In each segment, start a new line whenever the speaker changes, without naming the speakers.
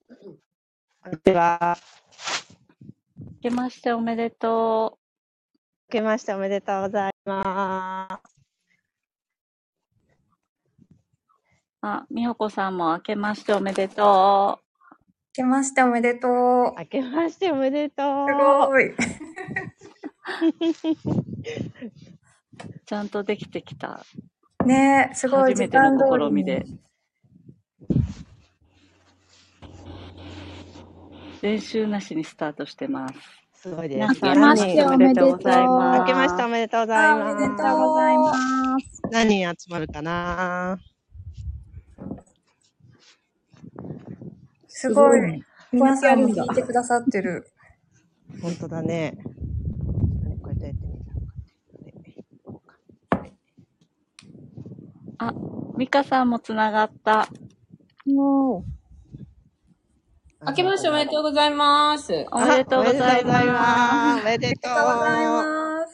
こんにちは。
明けましておめでと
明けましておめでとうございま
う。あ、美穂子さんも明けましておめでとう。
明けましておめでとう。
す。明けましておめでと
す
う。
ごい。
ちゃんとできてきた。
ねえ、すごい
初め
時
て
間通
の試
り
み
に。
で。練習なしにスタートしてます。
すごいで
皆
す。
さ
明
ん
けまして
お
お
め
め
で
で
と
と
う
う
ございます。。
明けましておめでとうござい
あおめで
ます。
とうございます
何人集まるかな
すごい。
こうや
皆
ってや
さん
る
も
んだ
聞いてくださってる。
本当だね。これどうやって見たのか
あ、美香さんもつながった。
も
な
明けましておめでとうございます。聞
おめでとうございます。
あおめでとう
あ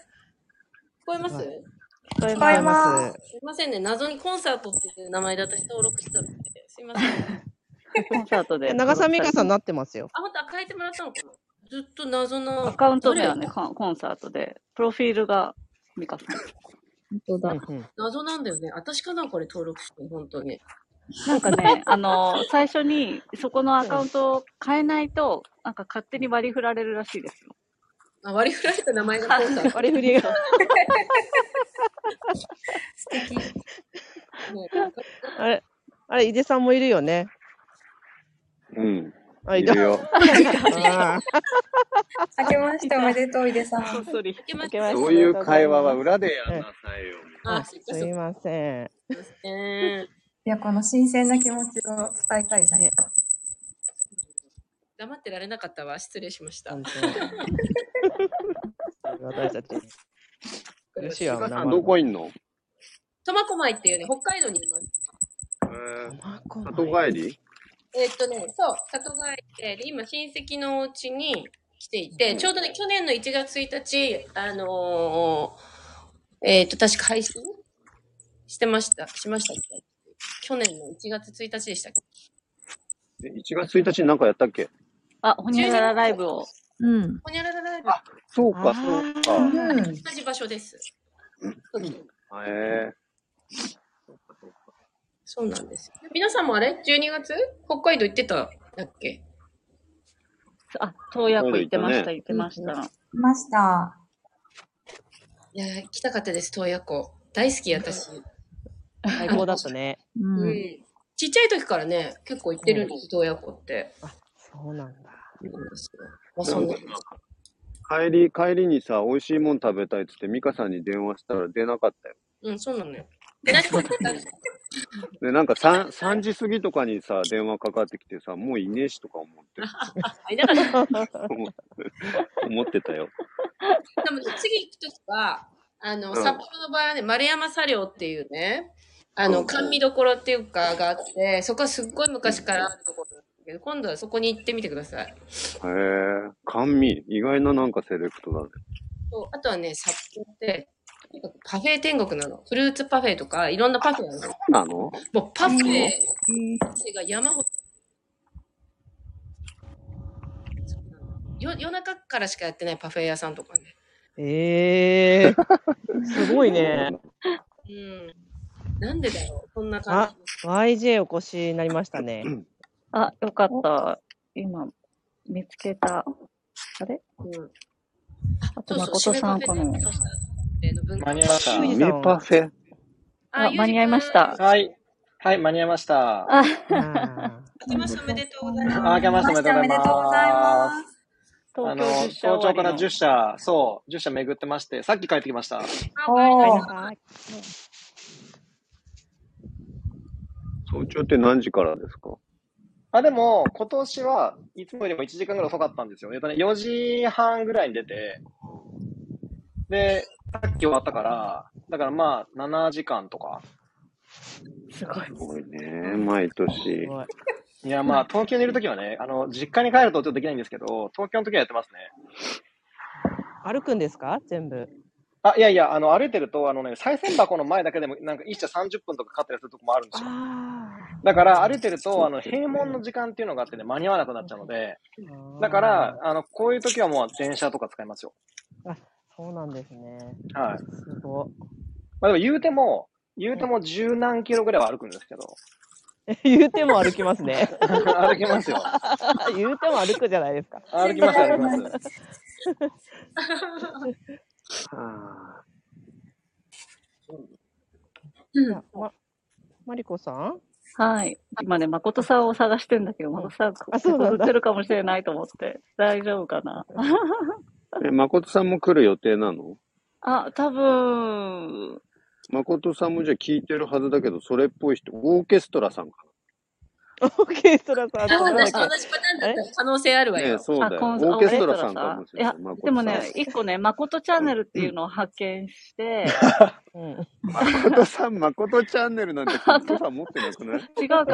ご
りがと
ざ
うござ
います。
いま
は
す。
こえますす
い
聞こ
お
え
めでとうござい
ます。
ます。
いませんね。謎にコンサートっていう名前で私登録してたので。すいませ ん。あ、
コンサートで。
長澤美香さんになってますよ。
ほんと、あ変えてもらったのかなずっと謎
ア
の。
カウントだよね、コンコンサートで。プロフィールが美香さん。
どれ。
う
本当だ。
んうん
謎なんだよね。私かなこれ登録して、本当に。
なんか ね、あの、最初にそこのアカウントを変えないと、なんか勝手に割り振られるらしいですよ。
あ、割り振られた名前がコンサート。
割り振りが。
素敵。ね
あれ、あれ、井出さんもいるよね。
うん。
あ、
い
井出
る よ。
あ
明けましておめでとう、井出さん。
こっそり。
いけま
ー明
す
けまして
そ
お
う
め
い
で
う
とござ
会
ま
話
す
は裏でやんなさいよ。
あ、
す
そっかそっ
い
か。
ません。
ね
いや、この新鮮な気持ちを伝えたいじゃん。
ね
黙ってられなかったわ。失礼しました。
本当に私たち。よしよ
美香さんどこいんの
苫小牧っていうね、北海道にいます。
えー里帰り
えーっとね、そう、里帰りで、で今、親戚のお家に来ていて、
うん
ちょうどね、去年の1月1日、あのー、えーっと、確か配信してました、しましたっけ去年の1月1日でしたっけ
え ?1 月1日に何かやったっけ
あ、ほにゃららライブを。
うん。
ほにゃららライブ、
そう
あ
か、そう
ー
か。
うん。
同じ場所です。
え
そうなんです。皆さんもあれ ?12 月北海道行ってただっけ
あ、洞爺湖行ってました、
そう
行ってました。
いました。
いやー、行きたかったです、洞爺湖。大好き、私。
最高だったね。
う。
うんん。ちっちゃい時からね、結構行ってるんです、洞爺湖って。
そうなんだ。
まあ、
ー
そんな。
帰り、帰りにさ、美味しいもん食べたいっつって、美香さんに電話したら出なかったよ。
うん、そうなのよ。で、何か
で、なんか 3, 3時過ぎとかにさ、電話かかってきてさ、もういねえしとか思って、
だから、
思思ってたよ。
でもね、次行くときは、あの、
うん
札幌の場合はね、丸山茶寮っていうね、あ
う
の、
ん
甘味どころっていうかがあって、そこはすっごい昔からあるところなんだけど、今度はそこに行ってみてください。
へえー、甘味。意外ななんかセレクトだね。
そうあとはね、札幌って、とにかくパフェ天国なの。フルーツパフェとか、いろんなパフェなの。
そうなの
もうパフェが山ほど。そうなのよ夜中からしかやってないパフェ屋さんとかね。
ええー、すごいね。
うん。なんでだろうこんな感
あ YJ お越しになりましたね。
あ、よかった。今、見つけた。あれ
じ。うん。
あと、
そうそ
誠
う
さんかな。
間に合いました
ゆう。じさ
梅
ん
パ
は。
フェ
あ間に合いました。
はい。はい、間に合いました。
あ、
あ
明けましておめでとうございます。
あ、明けましておめでとうございま
す。
す。あ
東
の、
京出社
早朝
終わ
から
りの
10社、そう、10社巡ってまして、さっき帰ってきました。
あ
お
ー
ー
お
は
め
い
でとう
はい
早朝って何時からですか
あ、でも、今年はいつもよりも1時間ぐらい遅かったんですよ。えっとね、4時半ぐらいに出て、で、さっき終わったから、だからまあ、7時間とか。
すごい。
すごいね、毎年
す。ごい
いや、まあ、東京にいるときはね、あの、実家に帰るとちょっとできないんですけど、東京のときはやってますね。
歩くんですか全部。
あ、いやいや、あの、歩いてると、あのね、再銭箱の前だけでも、なんか1社30分とかかかったりするとこもあるんですよ。
あ
だから、歩いてると、あの、閉門の時間っていうのがあってね、間に合わなくなっちゃうので、
ー
だから、、あの、こういう時はもう電車とか使いますよ。
そうなんですね。
はい。
すごっ。
まあでも言うても、言うても十何キロぐらいは歩くんですけど、
言うても歩きますね。
歩きますよ。
言うても歩くじゃないですか。
歩きます、歩きます。
あ
じゃあま、マリコさん
はい。今ね、誠さんを探してんだけど、誠さん、
あそうなんだ
ここ映ってるかもしれないと思って、大丈夫かな。
ーえ、誠さんも来る予定なの
あ、多分、
誠さんもじゃあ聞いてるはずだけど、それっぽい人、オーケストラさんか
オーケストラさんって
あ
なんだっ
私
け
と同じパターンだったら可能性あるわ
な。ね
よ。
えそうだよ。
コ
オ
ンサ
ーケストラさんかもしれない。
いや、
誠
で
さ
も
ん
ね、一個ね、誠チャンネルっていうのを発見 して、
うん。
誠さん、誠チャンネル なんて、誠さん持ってなくない
違うか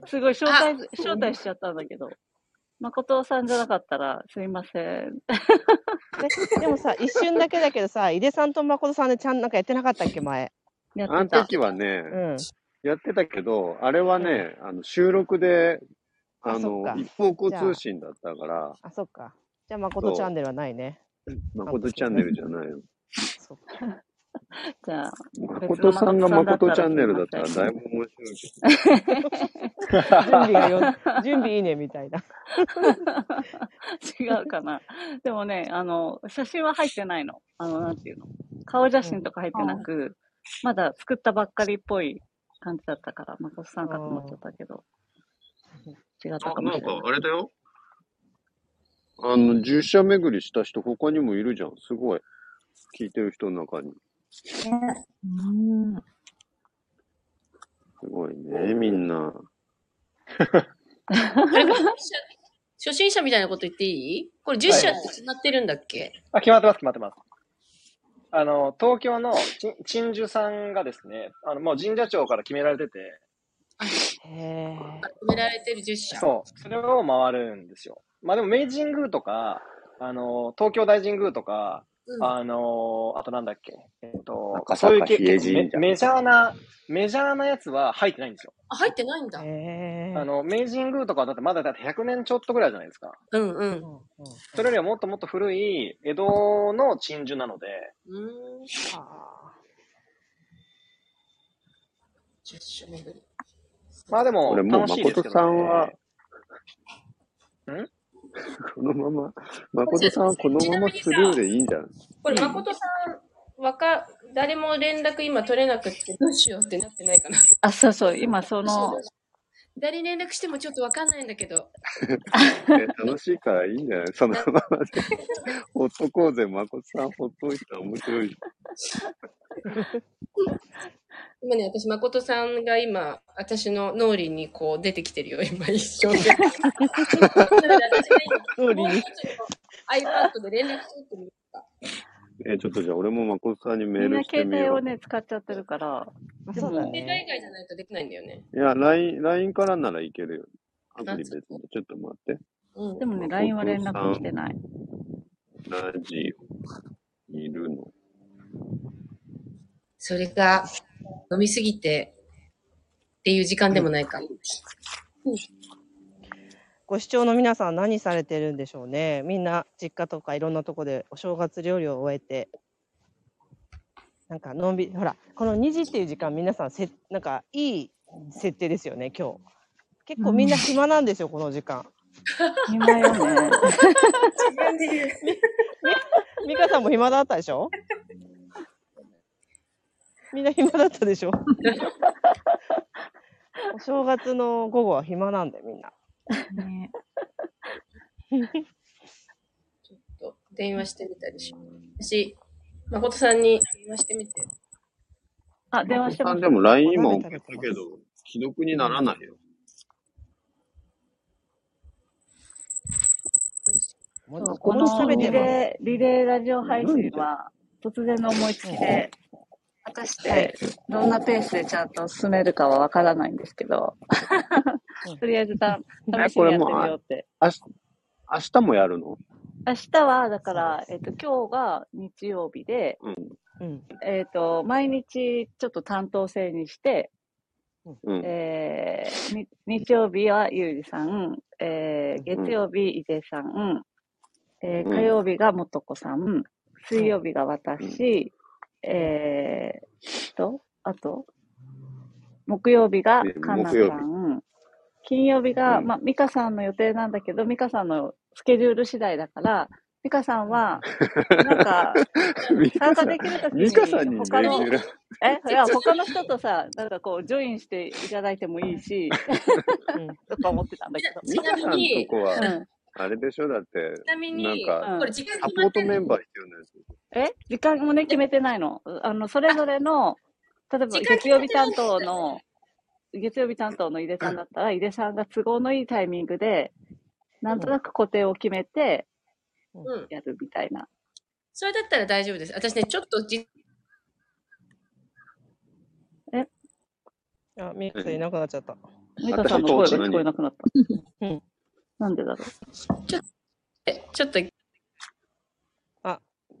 なすごい、招待、招待しちゃったんだけど。誠さんじゃなかったら、すいません。
ででもさ、一瞬だけだけどさ、井出さんと誠さんでちゃんなんかやってなかったっけ、前。
や
あ
っ
の
てた。
時はね、
うん。
やってたけど、あれはね、あの収録で、
あ
あ
そっ
の
か、
一方向通信だったから、
あ、そっか。じゃあ、誠チャンネルはないね。
誠チャンネルじゃないよ。
そっか。
じゃあ、
誠さんが誠チャンネルだったらだいぶ面白いけど。
準備がよ、準備いいね、みたいな。
違うかな。でもね、あの、写真は入ってないの。あの、なんていうの。顔写真とか入ってなく、まだ作ったばっかりっぽい感じだったから、まこさんかと思っちゃったけど。違ったかもしれない。
あれだよ。あの、10社巡りした人他にもいるじゃん。すごい。聞いてる人の中に。
ね
うん。
すごいね、みんな。
これ初心者初心者みたいなこと言っていいこれ10社って決まってるんだっけ
あ、決まってます、決まってます。あの、東京のちん鎮守さんがですね、あの、もう神社長から決められてて、
へえ。
決められてる10社。
そう、それを回るんですよ。まあでも、明治神宮とか、あの、東京大神宮とか、
うん
あの、あとなんだっけ、えっと、
赤坂
そういうけ
比叡
結
神
構
社
メメジャーな、メジャーなやつは入ってないんですよ。
あ、入ってないんだ。
へえ。
あの、明治神宮とかはだってまだだって100年ちょっとぐらいじゃないですか。
うんう。
うんん、うん。
それよりはもっともっと古い江戸の鎮守なので、
うーん。
あ
10社巡り。
まあでも
これ、もう
楽しいですけ
誠
どね。
さんは、
ん
このまま、誠さんはこのままスルーでいいんじゃない
これ、誠さん、わか、誰も連絡今取れなくって、どうしようってなってないかな。
あ、そうそう、今その、
誰に連絡してもちょっとわかんないんだけど。
え楽しいからいいんじ ゃないそのままで。ほっとこうぜ、誠さんほっといたら面白いじ
今ね、私、誠さんが今、私の脳裏にこう出てきてるよ、今一生懸命。なので私が
脳
今、
裏
もう
に
一つの iPad で連絡取ってみる。
ゃん。え、ちょっとじゃあ俺も誠さんにメ
み
ー
ん
ル
な
して
携
み
帯
よ
を
う。
ね、使っちゃってるから、
あそうだ
携帯
ね
以。外じゃないとできないんだよね。
いや、LINE、LINE からならいけるよ。アプリ別に。ちょっと待って。
うん
で。もね、LINE は連絡してない。
ラジオ、いるの。
それが、飲みすぎて、っていう時間でもないか。
ご視聴の皆さん何されてるんでしょうね。みんな実家とかいろんなとこでお正月料理を終えて、なんかのんびり、ほら、この2時っていう時間皆さんせ、なんかいい設定ですよね、今日。結構みんな暇なんですよ、この時間。
今 よね。
自分で言う。
美香さんも暇だったでしょみんな暇だったでしょお正月の午後は暇なんだよ、みんな。
ね
と電話してみたりしよう。私、誠さんに電話してみて。
あ、電話してま
さん
す
で。も LINE 今
お
送っ
鍋
た
食べてます
けど、既読にならないよ。
も
そう
こ
う、こ
こに食
の
べ
リ
てます。
レー、リレーラジオ配信は、突然の思いつきで、果たし
はい
て、どんなペースでちゃんと進めるかはわからないんですけ ど
うん、
とりあえずた、
え
試し
こ
にや
れ
って
も
み
う
ようって。
明日、明日もやるの
明日は、だから、
そ
えっと、今日が日曜日で、
うん。
うん。
えっ、と、毎日ちょっと担当制にして、
うん。
えーに日曜日はゆうじさん、えー
うん
月曜日、井出さん、えー
うん
火曜日がもとこさん、水曜日が私、えーと、あと、木曜日が
ね
かなさ
木曜日
ん、金曜日が、
うん
まあ、美香さんの予定なんだけど、美香さんのスケジュール次第だから、美香さんは、なんか、
ミカ
参加
さん
できるとき
ミカさん
に、
にレギ
他の、
ュラー。
え、いや、他の人とさ、なんかこう、ジョインしていただいてもいいし、
うん
とか思ってたんだけど。
ち
ミ
な
カ
み
さんと
に、
こは
う、ん。
あれでしょだって
ち、なみ
なん
に、
か、
これ時間
サ
決ま
ポー
って
ト
る
メンバー必要なやつ。
え時間もね、決めてないの。あの、それぞれの、例えば
時間
月曜日担当の、月曜日担当の井出さんだったら、井出さんが都合のいいタイミングで、なんとなく固定を決めて
うん。
やるみたいな。
それだったら大丈夫です。私ね、ちょっとじ、
あ、ミックさんいなくなっちゃった。
美香さんの声が聞こえなくなった。
うん。
なんでだろ
ちょっと、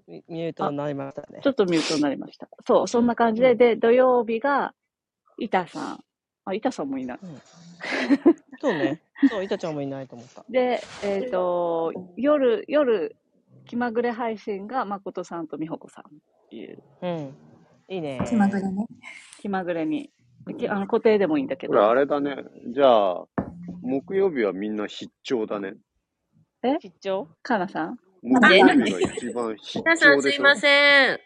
ミミュートになりましたね
う。ち。ょっとミュートになりました。そう、そんな感じで、で、土曜日が、板さん。あ、板さんもいない。
そうね。そう、いたちゃんもいないと思った。
で、えっ、と、夜、夜、気まぐれ配信が誠さんと美穂子さんっていう、
うん。いいね。
気まぐれね。
気まぐれに、きあの固定でもいいんだけ
これあ
ど、
れだね。じゃあ、木曜日はみんな必聴だね。
必聴
かなさん
木曜日が一番必
皆さ
聴
んす
で
い
しょ
ません。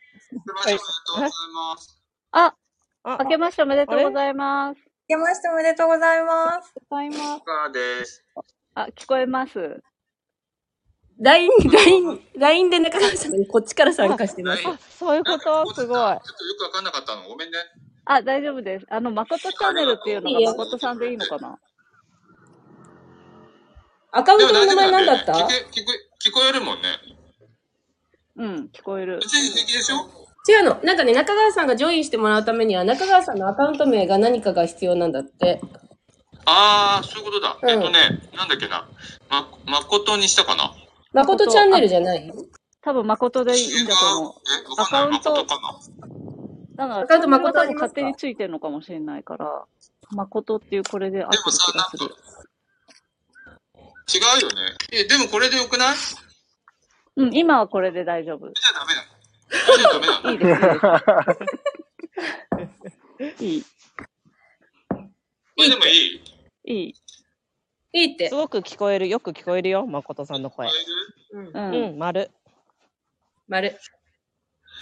あ、
あ
明、けましておめでとうございます。
明けましておめでとうございます。
ありがとうございます。あ、聞こえます。
LINE、LINE、LINE で中川さんにこっちから参加してます。
あ、そういうことすごい。
ちょっとよくわかんなかったの。ごめんね。
あ、大丈夫です。あの、誠チャンネルっていうのが誠さんでいいのかな
アカウン
で
ト
も
の
大丈
名
夫
前なん
な
ん
だ
だ
よね
っ。た
聞こえ、聞こえるもんね。
うん、聞こえる。
別に平気でしょ
違うの。なんかね、中川さんがジョインしてもらうためには、中川さんのアカウント名が何かが必要なんだって。
ああ、そういうことだ。
うん
えっとね、なんだっけな。ま、誠にしたかな。
誠チャンネルじゃない
多分誠でいいんだと思う。
え、わかんない。
アカウント
誠かな。
だから、
アカウント誠
多
あ
分
ります
勝
か
手についてるのかもしれないから、誠っていうこれで合って
で
る
もさ
気がする。
違うよね。え、でもこれでよくないじ
うん、今はこれで大丈夫。
ゃダメだ。これじゃダメなの。
い いです、いい です。い
これでもいい
い、いい。
いいって
す。ごく聞こえる。よく聞こえるよ。誠さんの声
聞こ。え
う
る
ん
う。。
うんん、丸。
丸。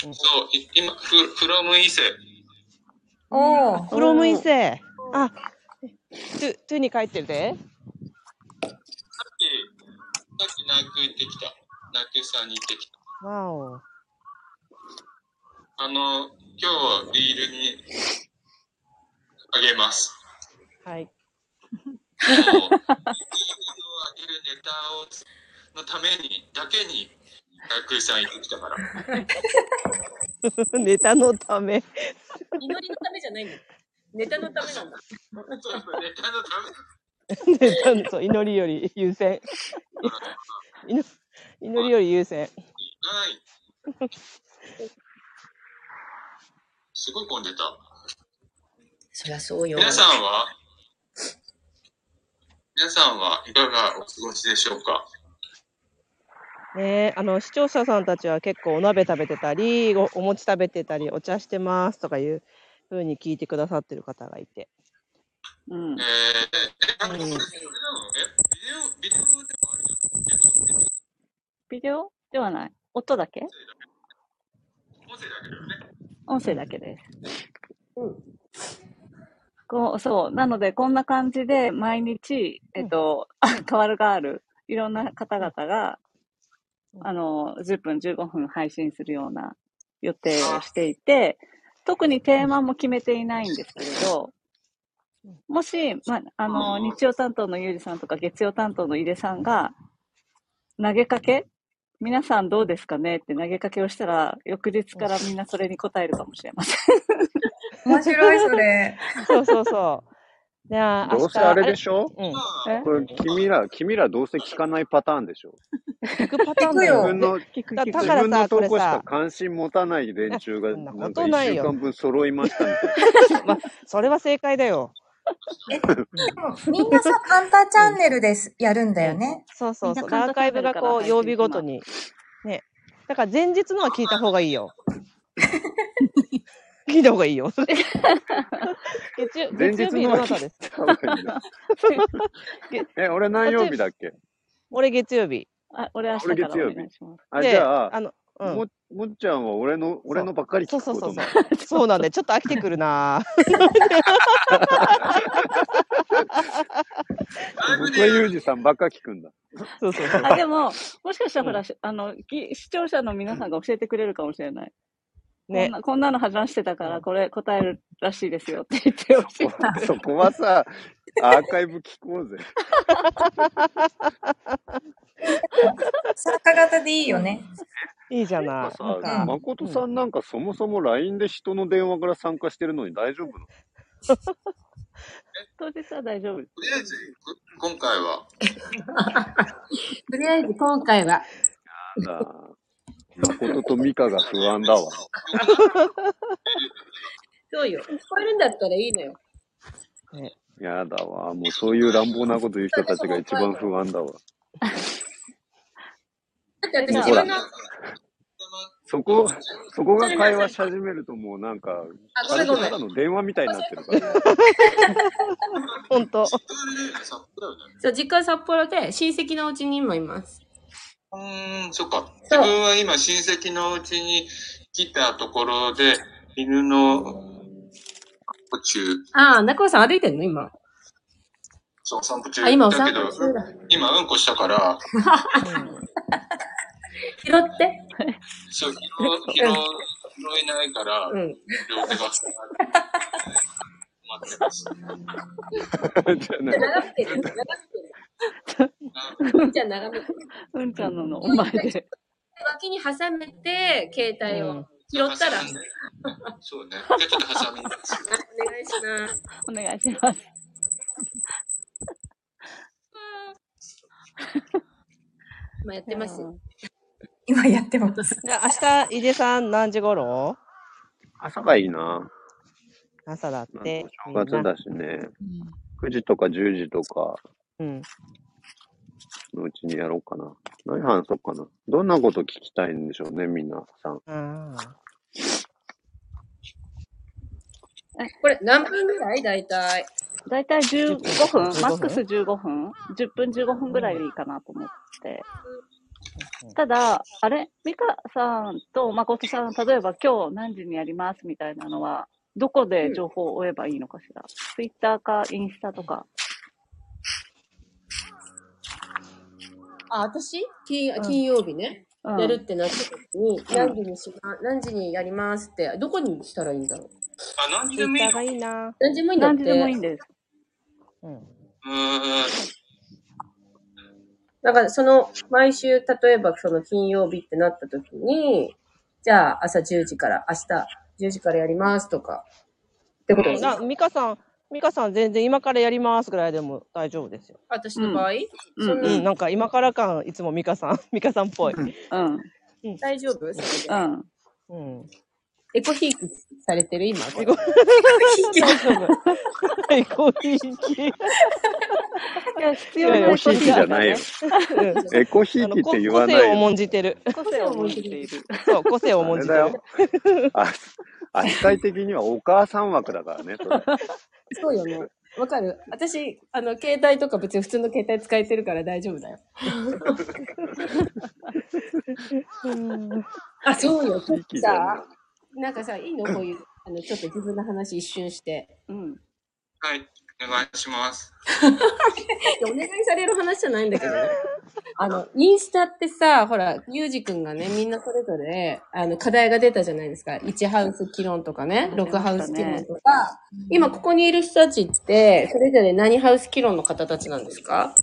そう、い今、フフロム伊勢。
おお。
フロムイセ。あ、トゥ、トゥに帰ってるで。
さっき、さっき泣く行ってきた。泣くさんに行ってきた。
わお。
あの、今日はビールにあげます。
はい。
もうビールをあげるネタをのためにだけに学さん行ってきたから。
ネタのため。
祈りのためじゃないんだ。ネタのためなんだ。
そうやっぱネタのため
ネタの、そう、祈りより優先。祈祈りより優先。
はい。すごい混んでた。
そりゃそうよ。
皆さんは皆さんはいかがお過ごしでしょうか。
ねえ、あの、視聴者さんたちは結構お鍋食べてたり、おお餅食べてたり、お茶してますとかいうふうに聞いてくださってる方がいて。
うん
えー、え、あ
う
こ
ん
れあれなのえ、ビデオ、ビデオでもあれだ。ってこと音声だ
ビデオではない。音だけ
けだよね。
音声だけです。こう、そう。なので、こんな感じで、毎日、えっと、 変わるがある、いろんな方々が、あの、10分、15分配信するような予定をしていて、特にテーマも決めていないんですけれど、もし、ま、あの、日曜担当のゆうじさんとか、月曜担当の井出さんが、投げかけ皆さんどうですかねって投げかけをしたら、翌日からみんなそれに答えるかもしれません。
面白い、それ。
そうそうそう。じゃあ、
ど
明
うせ
日、
あれでしょ
うん。
え
これ、君ら、君らどうせ聞かないパターンでしょ
聞くパターンだ
聞
よ
く
よ。
で
聞く
だ
聞
だ
く。
自
から
分の
さ、
投
これ
稿しか
さ、
関心持たない連中が、
そんなこ
なんか
と
一
ない
週
よ。
間分揃いましたみたい
まあ、それは正解だよ。
え、
うん
でもみんなさ、カンタチャンネルです、やるんだよね。
そうそうそう。
みん
で
な
アー
簡単
カイブがこ
チャンネルか
う、
ら
曜日
配信して
ご
ます
とに。ね。だから前日のは聞いた方がいい よ。聞いた方がいいよ。月曜
な。前
月曜
日
日
の
の
は
中
聞
で
い
す。
た方がいい な。え、俺何曜日だっけ
俺月曜日。
あ、俺明日
俺
から
月曜
お
日
願いします。
あ、
で、
じゃあ、
の、うん。
も、もっちゃんは俺の、俺のばっかり
そ
聞
う
く
そう
こ
そう
とに
そ
な
う
る。。
そうなんで、ちょっと飽きてくるな
僕はユージさんばっか聞く んだ。
ぁそうそうそう。
あ、でも、もしかしたらほら、
うん
しあの、ぎ視聴者の皆さんが教えてくれるかもしれない。こん
ね。
な、こんなの話してたか
う
ら、
ん
これ答えるらしいですよって言ってほしい
そこ。そこはさ、アーカイブ聞こうぜ。
参加型でいいよね。
いいじゃ
て
な
か
い。なん
さ、
か、
うん
誠さんなんかそもそも LINE で人の電話から参加してるのに大丈夫なの
当日は大丈夫。
とりあえず、こ今回は、
とりあえず今回は、
なんだ。誠と美香が不安だわ。
そうよ。聞こえるんだったらいいのよ。
ね
やだわ。もうそういう乱暴なこと言う人たちが一番不安だわ。
だって
えじ
私
ゃあ
自分の、あ、
そこ、そこが会話し始めるともうなんか、
ご
あ
め
れ
んご
と
め
た
ん。
だの電話みたいになってるから。
ほんと。
札幌だよね。
そう、実家札幌で親戚のうちにもいます。
うーん、そっか。
そう
自分は今親戚のうちに来たところで、犬の途中、
ああ、中尾さん歩いてんの今。
そう、お散歩中。
あ、今お
だ
散
け
歩
ど、
中だ。
今うんこしたから、
うん。
拾って。
そう、拾う拾う拾えないから、
うん。
両手が塞がって待ってます。
じゃ あなんか
眺めてる。眺めてる。じゃあ眺めてる。
うんちゃんののお前で。
脇に挟めて、携帯
う
を
ん
拾ったら、あ
挟んでそうね。ちょっと挟みます。
お願いします。
お願いします。
まあやっ
い
て
や
ますよ。
ー
今やってます。
じゃあ、明日、井出さん何時頃
朝がいいな。
朝だっ
なん
て、
か
み
正
んな。
月だしね。9時とか10時とか
うん。
のうちにやろうかな。何話そうかな。どんなこと聞きたいんでしょうね、みんなさん。
ああ。
これ、何分ぐらい大体。
だいたい15分、
15分
マックス15分、10分15分ぐらいでいいかなと思って。ただ、あれ、美香さんと誠さん、例えば今日何時にやりますみたいなのは、どこで情報を追えばいいのかしら。ツイッターかインスタとか。
あ、私金
うん
金曜日ね。
うん。
やるってなった時に、
ん
何時にしま、何時にやりますって、どこにしたらいいんだろう。
あ、何時
ツイ
で
ッ
もい
タ
い
ー
の
がいいな。
何時もいいんだっ
何時でもいい
て
ん。です。
うん。
うーん。
だから、その、毎週、例えばその金曜日ってなった時に、じゃあ朝10時から、明日10時からやりますとか、ってことですね。
な、ミカさん、ミカさん全然今からやりますぐらいでも大丈夫ですよ。
私の場合、
うん
そん
う、
なん
なんか今から感、いつもミカさん、 ミカさんっぽい。
うん。うん。
うん。
大丈夫それで。
うん。
うん。
エコひいきされてる 今、これ。
大丈夫。エコひいき。
いや、必
う
要
ん
エ
な
コ
エ
ひ
コ
い
ひ
き
いき
じゃ
だ
ないよ
ね。。
うん
エコひ
あ
い
の
きって
こ
言
個
わ
性
ない
を
よ。
重んじてる。
個性を重んじている。
そう、個性を
あ
重ん
れ
じ
だ
てる
よ。。あ扱い的にはお母さん枠だからね、それ。
そうよね。わかる私、あの、携帯とか別に普通の携帯使えてるから大丈夫だよ。
うん。
あ、そうよ。ちょっ
ひい
と
きじゃない
さ、なんかさ、いいのこういう、あの、ちょっと自分の話一瞬して。
うん。
はい。お願いします。
いやお願いされる話じゃないんだ けどね。あの、インスタってさ、ほら、ゆうじくんがね、みんなそれぞれ、あの、課題が出たじゃないですか。1ハウス議論とかね、
出ました
6
ね
ハウス議論とか。今、ここにいる人たちって、それぞれ何ハウス議論の方たちなんですか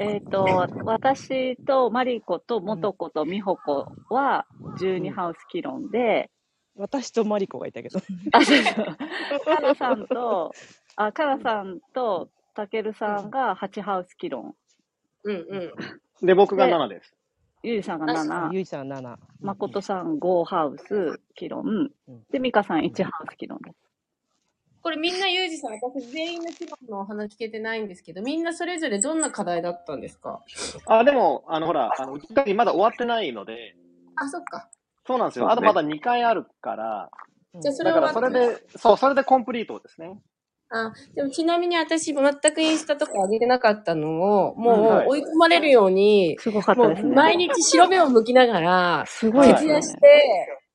えっ、と、私とマリコとモトコとミホコは12ハウス議論で、
私とマリコがいたけど。
あ、そうそう。カナさんと、あ、カナさんとタケルさんが8ハウス議論。
うんうん。
で、僕が
で
7です。
ゆいさんが
あ
7、
ゆいさん7。
まことさん5ハウス、キロン
うん。
で、みかさん1ハウス、キロンです。
これみんなユージさん、私全員の議論のお話聞けてないんですけど、みんなそれぞれどんな課題だったんですか
あ、でも、あの、ほら、あの、一回まだ終わってないので、
あ、そっか。
そうなんです
そう
よ。
ね
あとまだ2回あるから、
じゃあそれ
だ
は
からそれで、そう、それでコンプリートですね。
あ、でもちなみに私全くインスタとか上げてなかったのを、も
はいう
追い込まれるように、
すごかっ
も
たです
う
ね。
毎日白目を向きながら、
すごいです
徹
よ
夜
ね
し。て、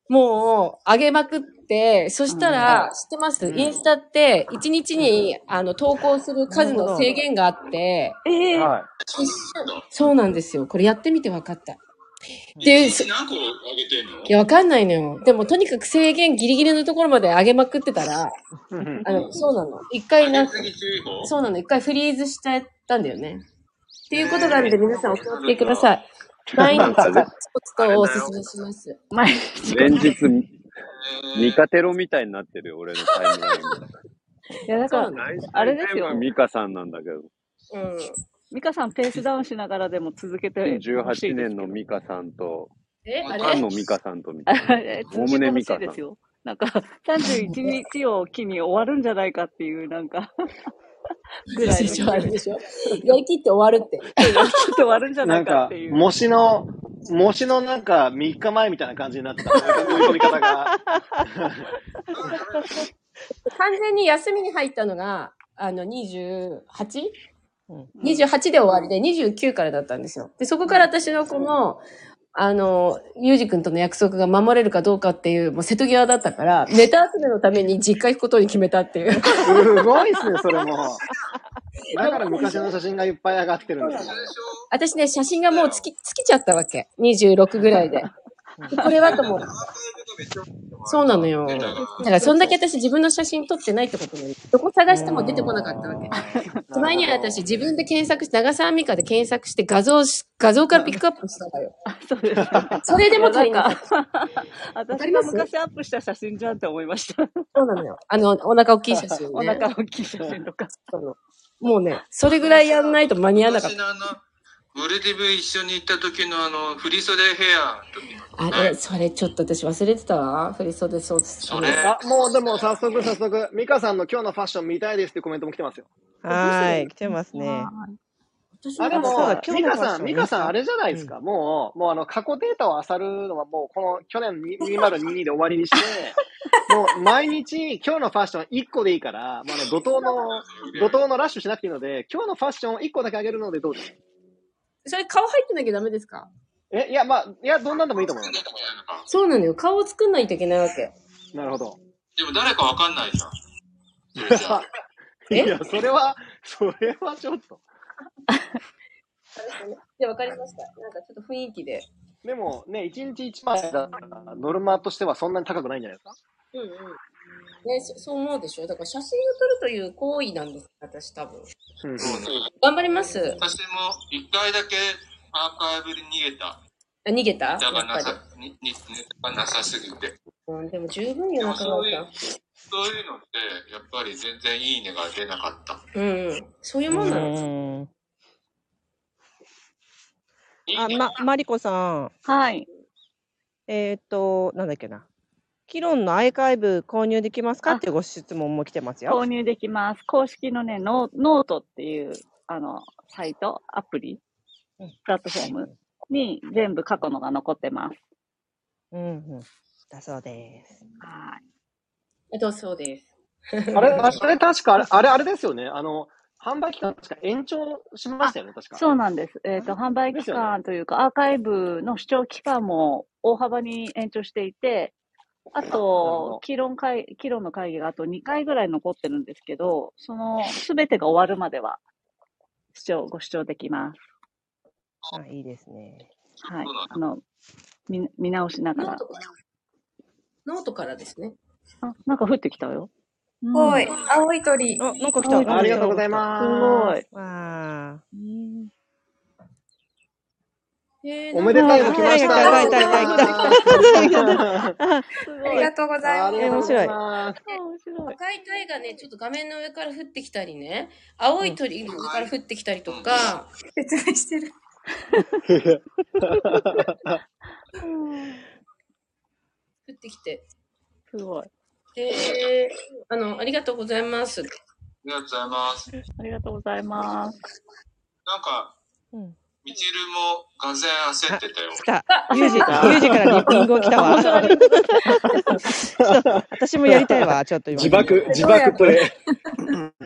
もう上げまくって、そしたら、知ってます
うん
インスタって1日にあの投稿する
なる
数
ほ
の
ど
制限があって、
ええ
はい。
一瞬そうなんですよ。これやってみて分かった。で、
一日何個あげてんの
いや、わかんないのよ。でも、とにかく制限ギリギリのところまで上げまくってたら、
うんうん
あの、そうなの。一回なん
上げ
か、
すぎ注意報
そうなの。一回フリーズしちゃったんだよね。っていうことがあるんで、皆さんお気をつけください。 毎日、コツコツとお勧めします。
毎日。
連日、
え
ミカテロみたいになってるよ、俺のタイムラインが。
いや、だ
そう
か
な
ら、
の。
来週
あれですよ
全 部ミカさんなんだけど。
うん。
ミカさんペースダウンしながらでも続けてほし
18
いです
年
けど
の。ミカさんと、
え、あ
菅
れ
野ミカさんとみたいな。
え 続
おお
けて
むね
ほ
ミ
しい
カ
で
さ
す
ん。
よ。なんか、31日を機に終わるんじゃないかっていう、なんか、ぐらい
で
の
し
勢
ょ、あ
い
れ
で、
でしょ。やりきって終わるって。
やりきって終わるんじゃな
ないん
かっ
か
てい、 う。
模試の、模試のなんか3日前みたいな感じになってた。追い込み方が。
完全に休みに入ったのが、あの、28?
うん
うん
28で終わりで29からだったんですよ。で、そこから私のこの、あの、ゆうじくんとの約束が守れるかどうかっていう、もう瀬戸際だった から、ネタ集めのために実家行くことに決めたっていう。
すごいっすね、それも。だから昔の写真がいっぱい上がってる んですよね。
私ね、写真がもうつき、尽きちゃったわけ。26ぐらいで。でこれはとも、そうなのよ。だから、そんだけ私自分の写真撮ってないってことなの。どこ探しても出てこなかったわけ。
なるほど
しまいには私自分で検索して、長澤美香で検索して画像し、画像からピックアップしたわよ。
そうですよね。
それでも足りなか
な
っ
ん
た。
か、
か
私
り
が
ます
昔アップした写真じゃんって思いました。
そうなのよ。あの、お腹大きい写真ね。
お腹大きい写真とか。
そのもうね、それぐらいやんないと間に合わなかっ
私のあの、モルディブ一緒に行った時のあの、振袖ヘアの時
た。あれ、それちょっと私忘れてたわ。振り袖そうです。
それ
あ
あ、もうでも早速早速、ミカさんの今日のファッション見たいですってコメントも来てますよ。
はーい、来てますね。
私
あ、で
あそうだ
も、
今日
ミ
の
カ
ファッ
さ
ショ
ん、
ン
ミカさんあれじゃないですか。もう、もうあの、過去データを漁るのはもう、この去年に2022で終わりにして、 もう毎日今日のファッション1個でいいから、もうあの、怒涛の、怒涛のラッシュしなくていいので、今日のファッション1個だけあげるのでどうですか
それ顔入ってなきゃダメですか
え、いや、まあ、いや、どんなんでもいいと思います。
そうなのよ。顔を作んないといけないわけ。
なるほど。
でも誰かわかんないじゃん。それじゃあ
い
え
や、それは、それはちょっと。
で、わかりました。なんかちょっと雰囲気で。
でもね、1日1枚だったら、ノルマとしてはそんなに高くないんじゃないですか
うんうん。ね、そそう思うでしょ。だから写真を撮るという行為なんです。私多分。
うんうん。
そうね。
頑張ります。
私も一回だけアーカイブで逃げた。
あ逃げたや
ネ
っ
タがな
ぱり
さ、ににネタがなさすぎて。
うん、でも十分よ、
でも
中
そう
川
い
さ。、
うんそういうのって、やっぱり全然いいねが出なかった。
うんうん。そういう
う
もんなの。
ん。うん
いい
あ、
ね。
ま、マリコさん。
はい。
えーっと、なんだっけな。キロンのアーカイブ購入できますか
あ
っていうご質問も来てますよ。
購入できます。公式のね、ノノートっていう、あの、サイト、アプリ、
うん
プラットフォームに全部過去のが残ってます。
うんうん。だそうです。
はい。
えっと、そうです。
あれ、あれ確かあれ、あれ、あれですよね。あの、販売期間確か延長しましたよね、確か。
そうなんです。えっ、と、販売期間というか、アーカイブの視聴期間も大幅に延長していて、あ
なるほど
と、議論会、議論の会議があと2回ぐらい残ってるんですけど、その全てが終わるまでは、視聴、ご視聴できます。
あ、いいですね。
はい
そうなん。
あの、見見直しなが
ノー
ら
ト。から。ノートからですね。
あ、なんか降ってきたよ。うん
おい、青い鳥。
あ、なんか来
あ
た。
り
な
あ
ん
り
か来
が
た。
とうござ
な
い
んか
すご
ま
い
す。
来。たわ
うん
えー、
おめでたいの
ー。
来まし
あ
た。
ー来た来た来た来た来た来た来た。
す
あ
ご
り
い。
がとうござい
あ
ます。
りがとうございます。
面白い。
赤いタイがね、ちょっと画面の上から降ってきたりね、青い鳥が上から降ってきたりとか、
説明してる。
作ってきて。
すごい。
えー、あの、ありがとうございます。
りがとうございます。
ありがとうございます。
なんか、
うん
みちるもがぜん焦ってたよ。
来た。ユージ、ユージからリッピングを来たわ。 ちょっと私もやりたいわ、ちょっと今。
自爆、自爆プレイ。
なん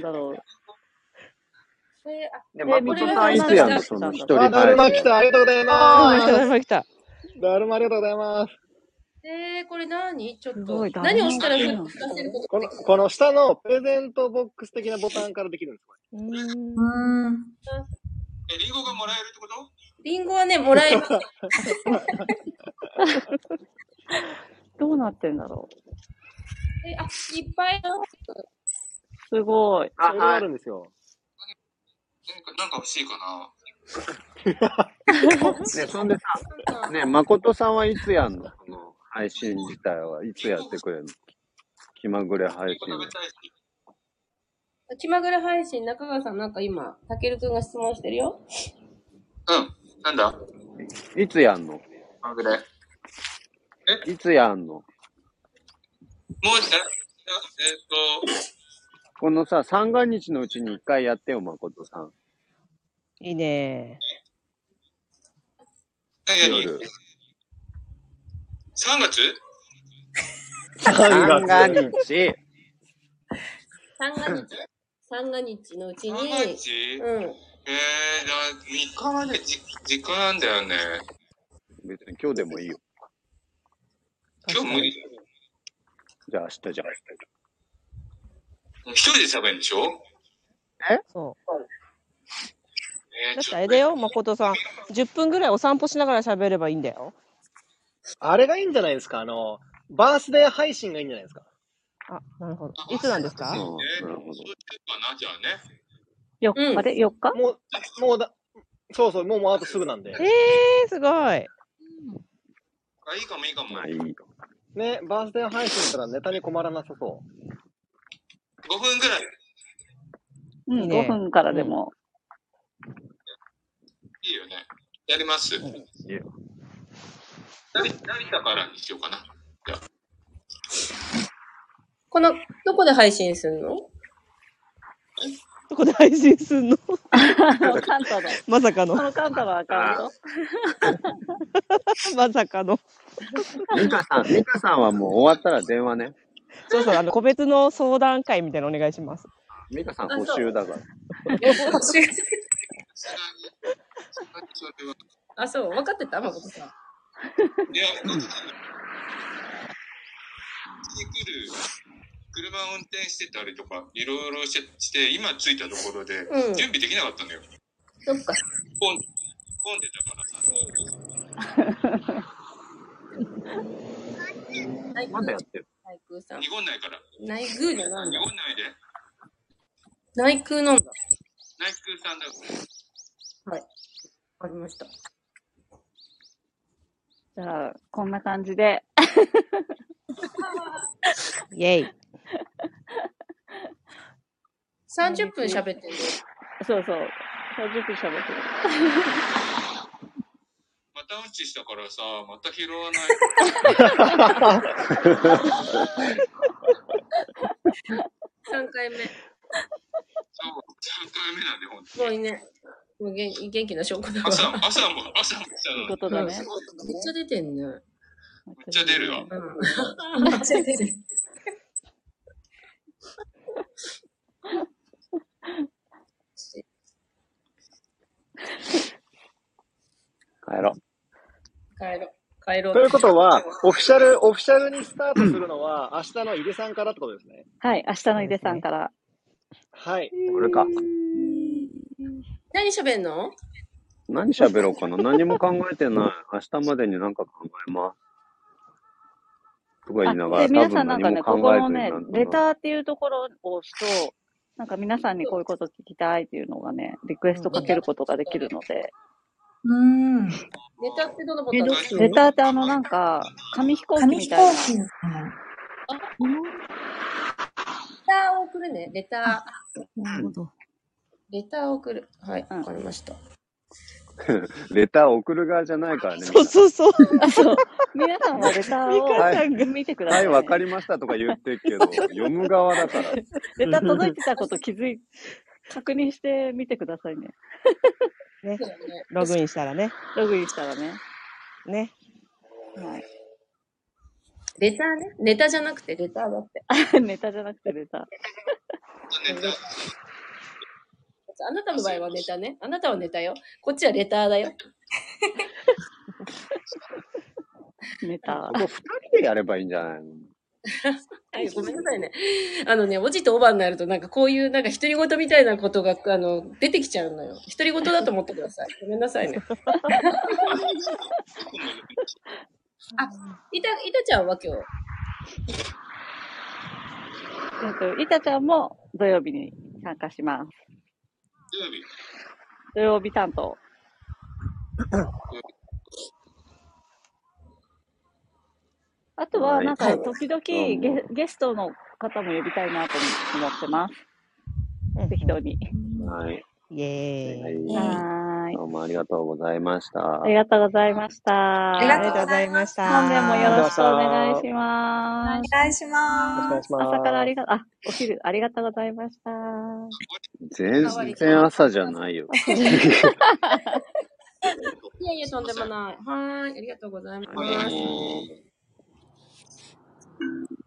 だろう。
これあ
で、
え
ま
みち
こと
る
さ
さ
ん
ん
い
い
つ
つ
や
や
ん
ん
の
の
そ
そ
の
の
一
一人
人。
あ、だるま
は
来た。ありがとうござい
ああ、来た、
ます。
来た。
だるまありがとうございます。
えー、これ何ちょっ
すご
と
い。
何をしたら
ダメなの
ふっかせること
こ
が
の、
できる
この下のプレゼントボックス的なボタンからできるんですか
うーん
うーん。
え、リンゴがもらえるってこと
リンゴはね、もらえます。
どうなってんだろう。
えあ、いっぱいある。
すごい。
それがあるんですよ。
なんかなんか欲しいかな。
ね、そんでさ、ね、誠さんはいつやんのその配信自体はいつやってくれるの気まぐれ配
リンゴ
信
食べ
は。
たいし。
気まぐれ配信、中川さんなんか今、たけるくんが質問してるよ。
うん。なんだ
いつやんの
まぐれ。もう、
いつやんの
え、ええっと、
このさ、三が日のうちに一回やってよ、誠さん。
いいね。
何何
夜。
?3 月
三
3
が
月。
日。
三が日。三が日のうち
?3
に、
月
うん。
えー、じゃあ3日までじ時間なんだよね。
別に今日でもいいよ。
確
今日
か
無理
に。
だよ。
じゃあ明日じゃん。
一人で喋るんでしょ
そ
え
う。
ー、
だっ
ち
て
ょ
あ
っ
れだよ、誠さん。10分ぐらいお散歩しながら喋ればいいんだよ。
あれがいいんじゃないですかあの、バースデー配信がいいんじゃないですか
あ、なるほど。いつなんです
あ
か
あ、なるほ
そう
ど。
しようかな、じゃあね。
よ、
うん
あれ ?4 日
もう、もうだ、そうそう、もうもうあとすぐなんで
え。ー、すごい。
あ、いいかもいいかも。
まあいいよ。
ね、バースデー配信したらネタに困らなさそ
5分ぐらい。
う
いい
ん、
ね
5分からでも。
いいよね。やります。
いいよ。
成成田からにしようかな。じゃあ
この、どこで配信するの
どこで配信すんの
あの、カンタの。
まさか
こ
の。
のカンタのアカウント
まさかの。
ミカさん、ミカさんはもう終わったら電話ね。
そうそう、あの、個別の相談会みたいなのお願いします。
ミカさん補修だから。
募集
さすがに、さすがにそれは。
あ、そう、分かってた誠さん。
いや、こっちに来る、車運転してたりとか、いろいろしてして、今着いたところで
うん、
準備できなかったのよ。
そっか。
混ん混んでたからさ。
内宮
まだやってる。
内宮さん。
濁んないから。
内宮じゃないんだ。
濁んないで。
内宮なんだ。
ナイキさんだ。
はい。わかりました。
じゃあ、こんな感じで。
イェイ。
30分喋ってる。
そうそう。30分喋ってる。
またうんちしたからさ、また拾 わない。
3回目。
そう、3回目なんで、ほんと。
すごいね。もう元気元気な証拠だわ。
朝も、朝も、朝も来た
いい
の
こ
に。
とだね。
めっちゃ出てんね。
めっ
めっちゃ出るよ。
うん。めっちゃ出る。
帰ろう。
帰ろう。帰ろ
う。
う。
ということは、オフィシャル、オフィシャルにスタートするの は、明日の井出さんからってことですね。
はい、明日の井出さんから。
はい。
これか。
何喋んの
何喋ろうかな何も考えてない。明日までに何か考えます。とか言いなが
あ
ら、
で、
多
皆さ
分
んなん
何
かね、こ
も考
こ
え
の
ずに
ね
なん、と
レ
な
ターっていうところを押すと、なんか皆さんにこういうこと聞きたいっていうのがね、リクエストかけることができるので。
うーん。
ネタってどのボ
え
タン
ど
押すの
レターってあのなんか、紙飛行機
紙
み
飛
たいな
行。機。
レターを送るね。レター。
なるほど。
レターを送る。はい。
うん
わかりました。
レター送る側じゃないからね。
そうそうそう。
そう。皆さんはレター
ミカ
さ
んが
を見てくだ
は
さい、
い、
ね。
わかりましたとか言ってる けど、読む側だから。
レター届いてたこと気づい、確認してみてくださいね。
ね、ログインしたらね。
ログインしたらね。
ね。
はい。
レターね。レタじゃなくて、レターだっ て。
ネタじゃなくてレター。
あなたの場合はネタね。あなたはネタよ。こっちはレターだよ。
ネタ。
もう二人でやればいいんじゃないの
はい、ごめんなさいね。あのね、おじとおばになると、なんかこういう、なんか独り言みたいなことが、あの、出てきちゃうのよ。独り言だと思ってください。ごめんなさいね。あ、いた、いたちゃんは今日。
えっと、いたちゃんも土曜日に参加します。
土曜日、
土曜日担当。あとは、なん
は
か、
い
時々ゲ,、ゲストの方も呼びたいなと思ってます。
うん
適当に。
はい。
イエーイ。
は。
はいーい。
どうもありがとうございました。
ありがとうございました。
あり
あり
が
がとう
と
ご
うご
ざ
ざ
い
い
ま
ま
し。
した
本年もよろしくお願い
あり
し
お
ます。
願いし
お願
ま
い
す。
します。
朝からありが、あ、お昼ありがとうございました。
全然朝じゃないよ。
いやいや、とんでもない。はーい、ありがとうございます。
どうも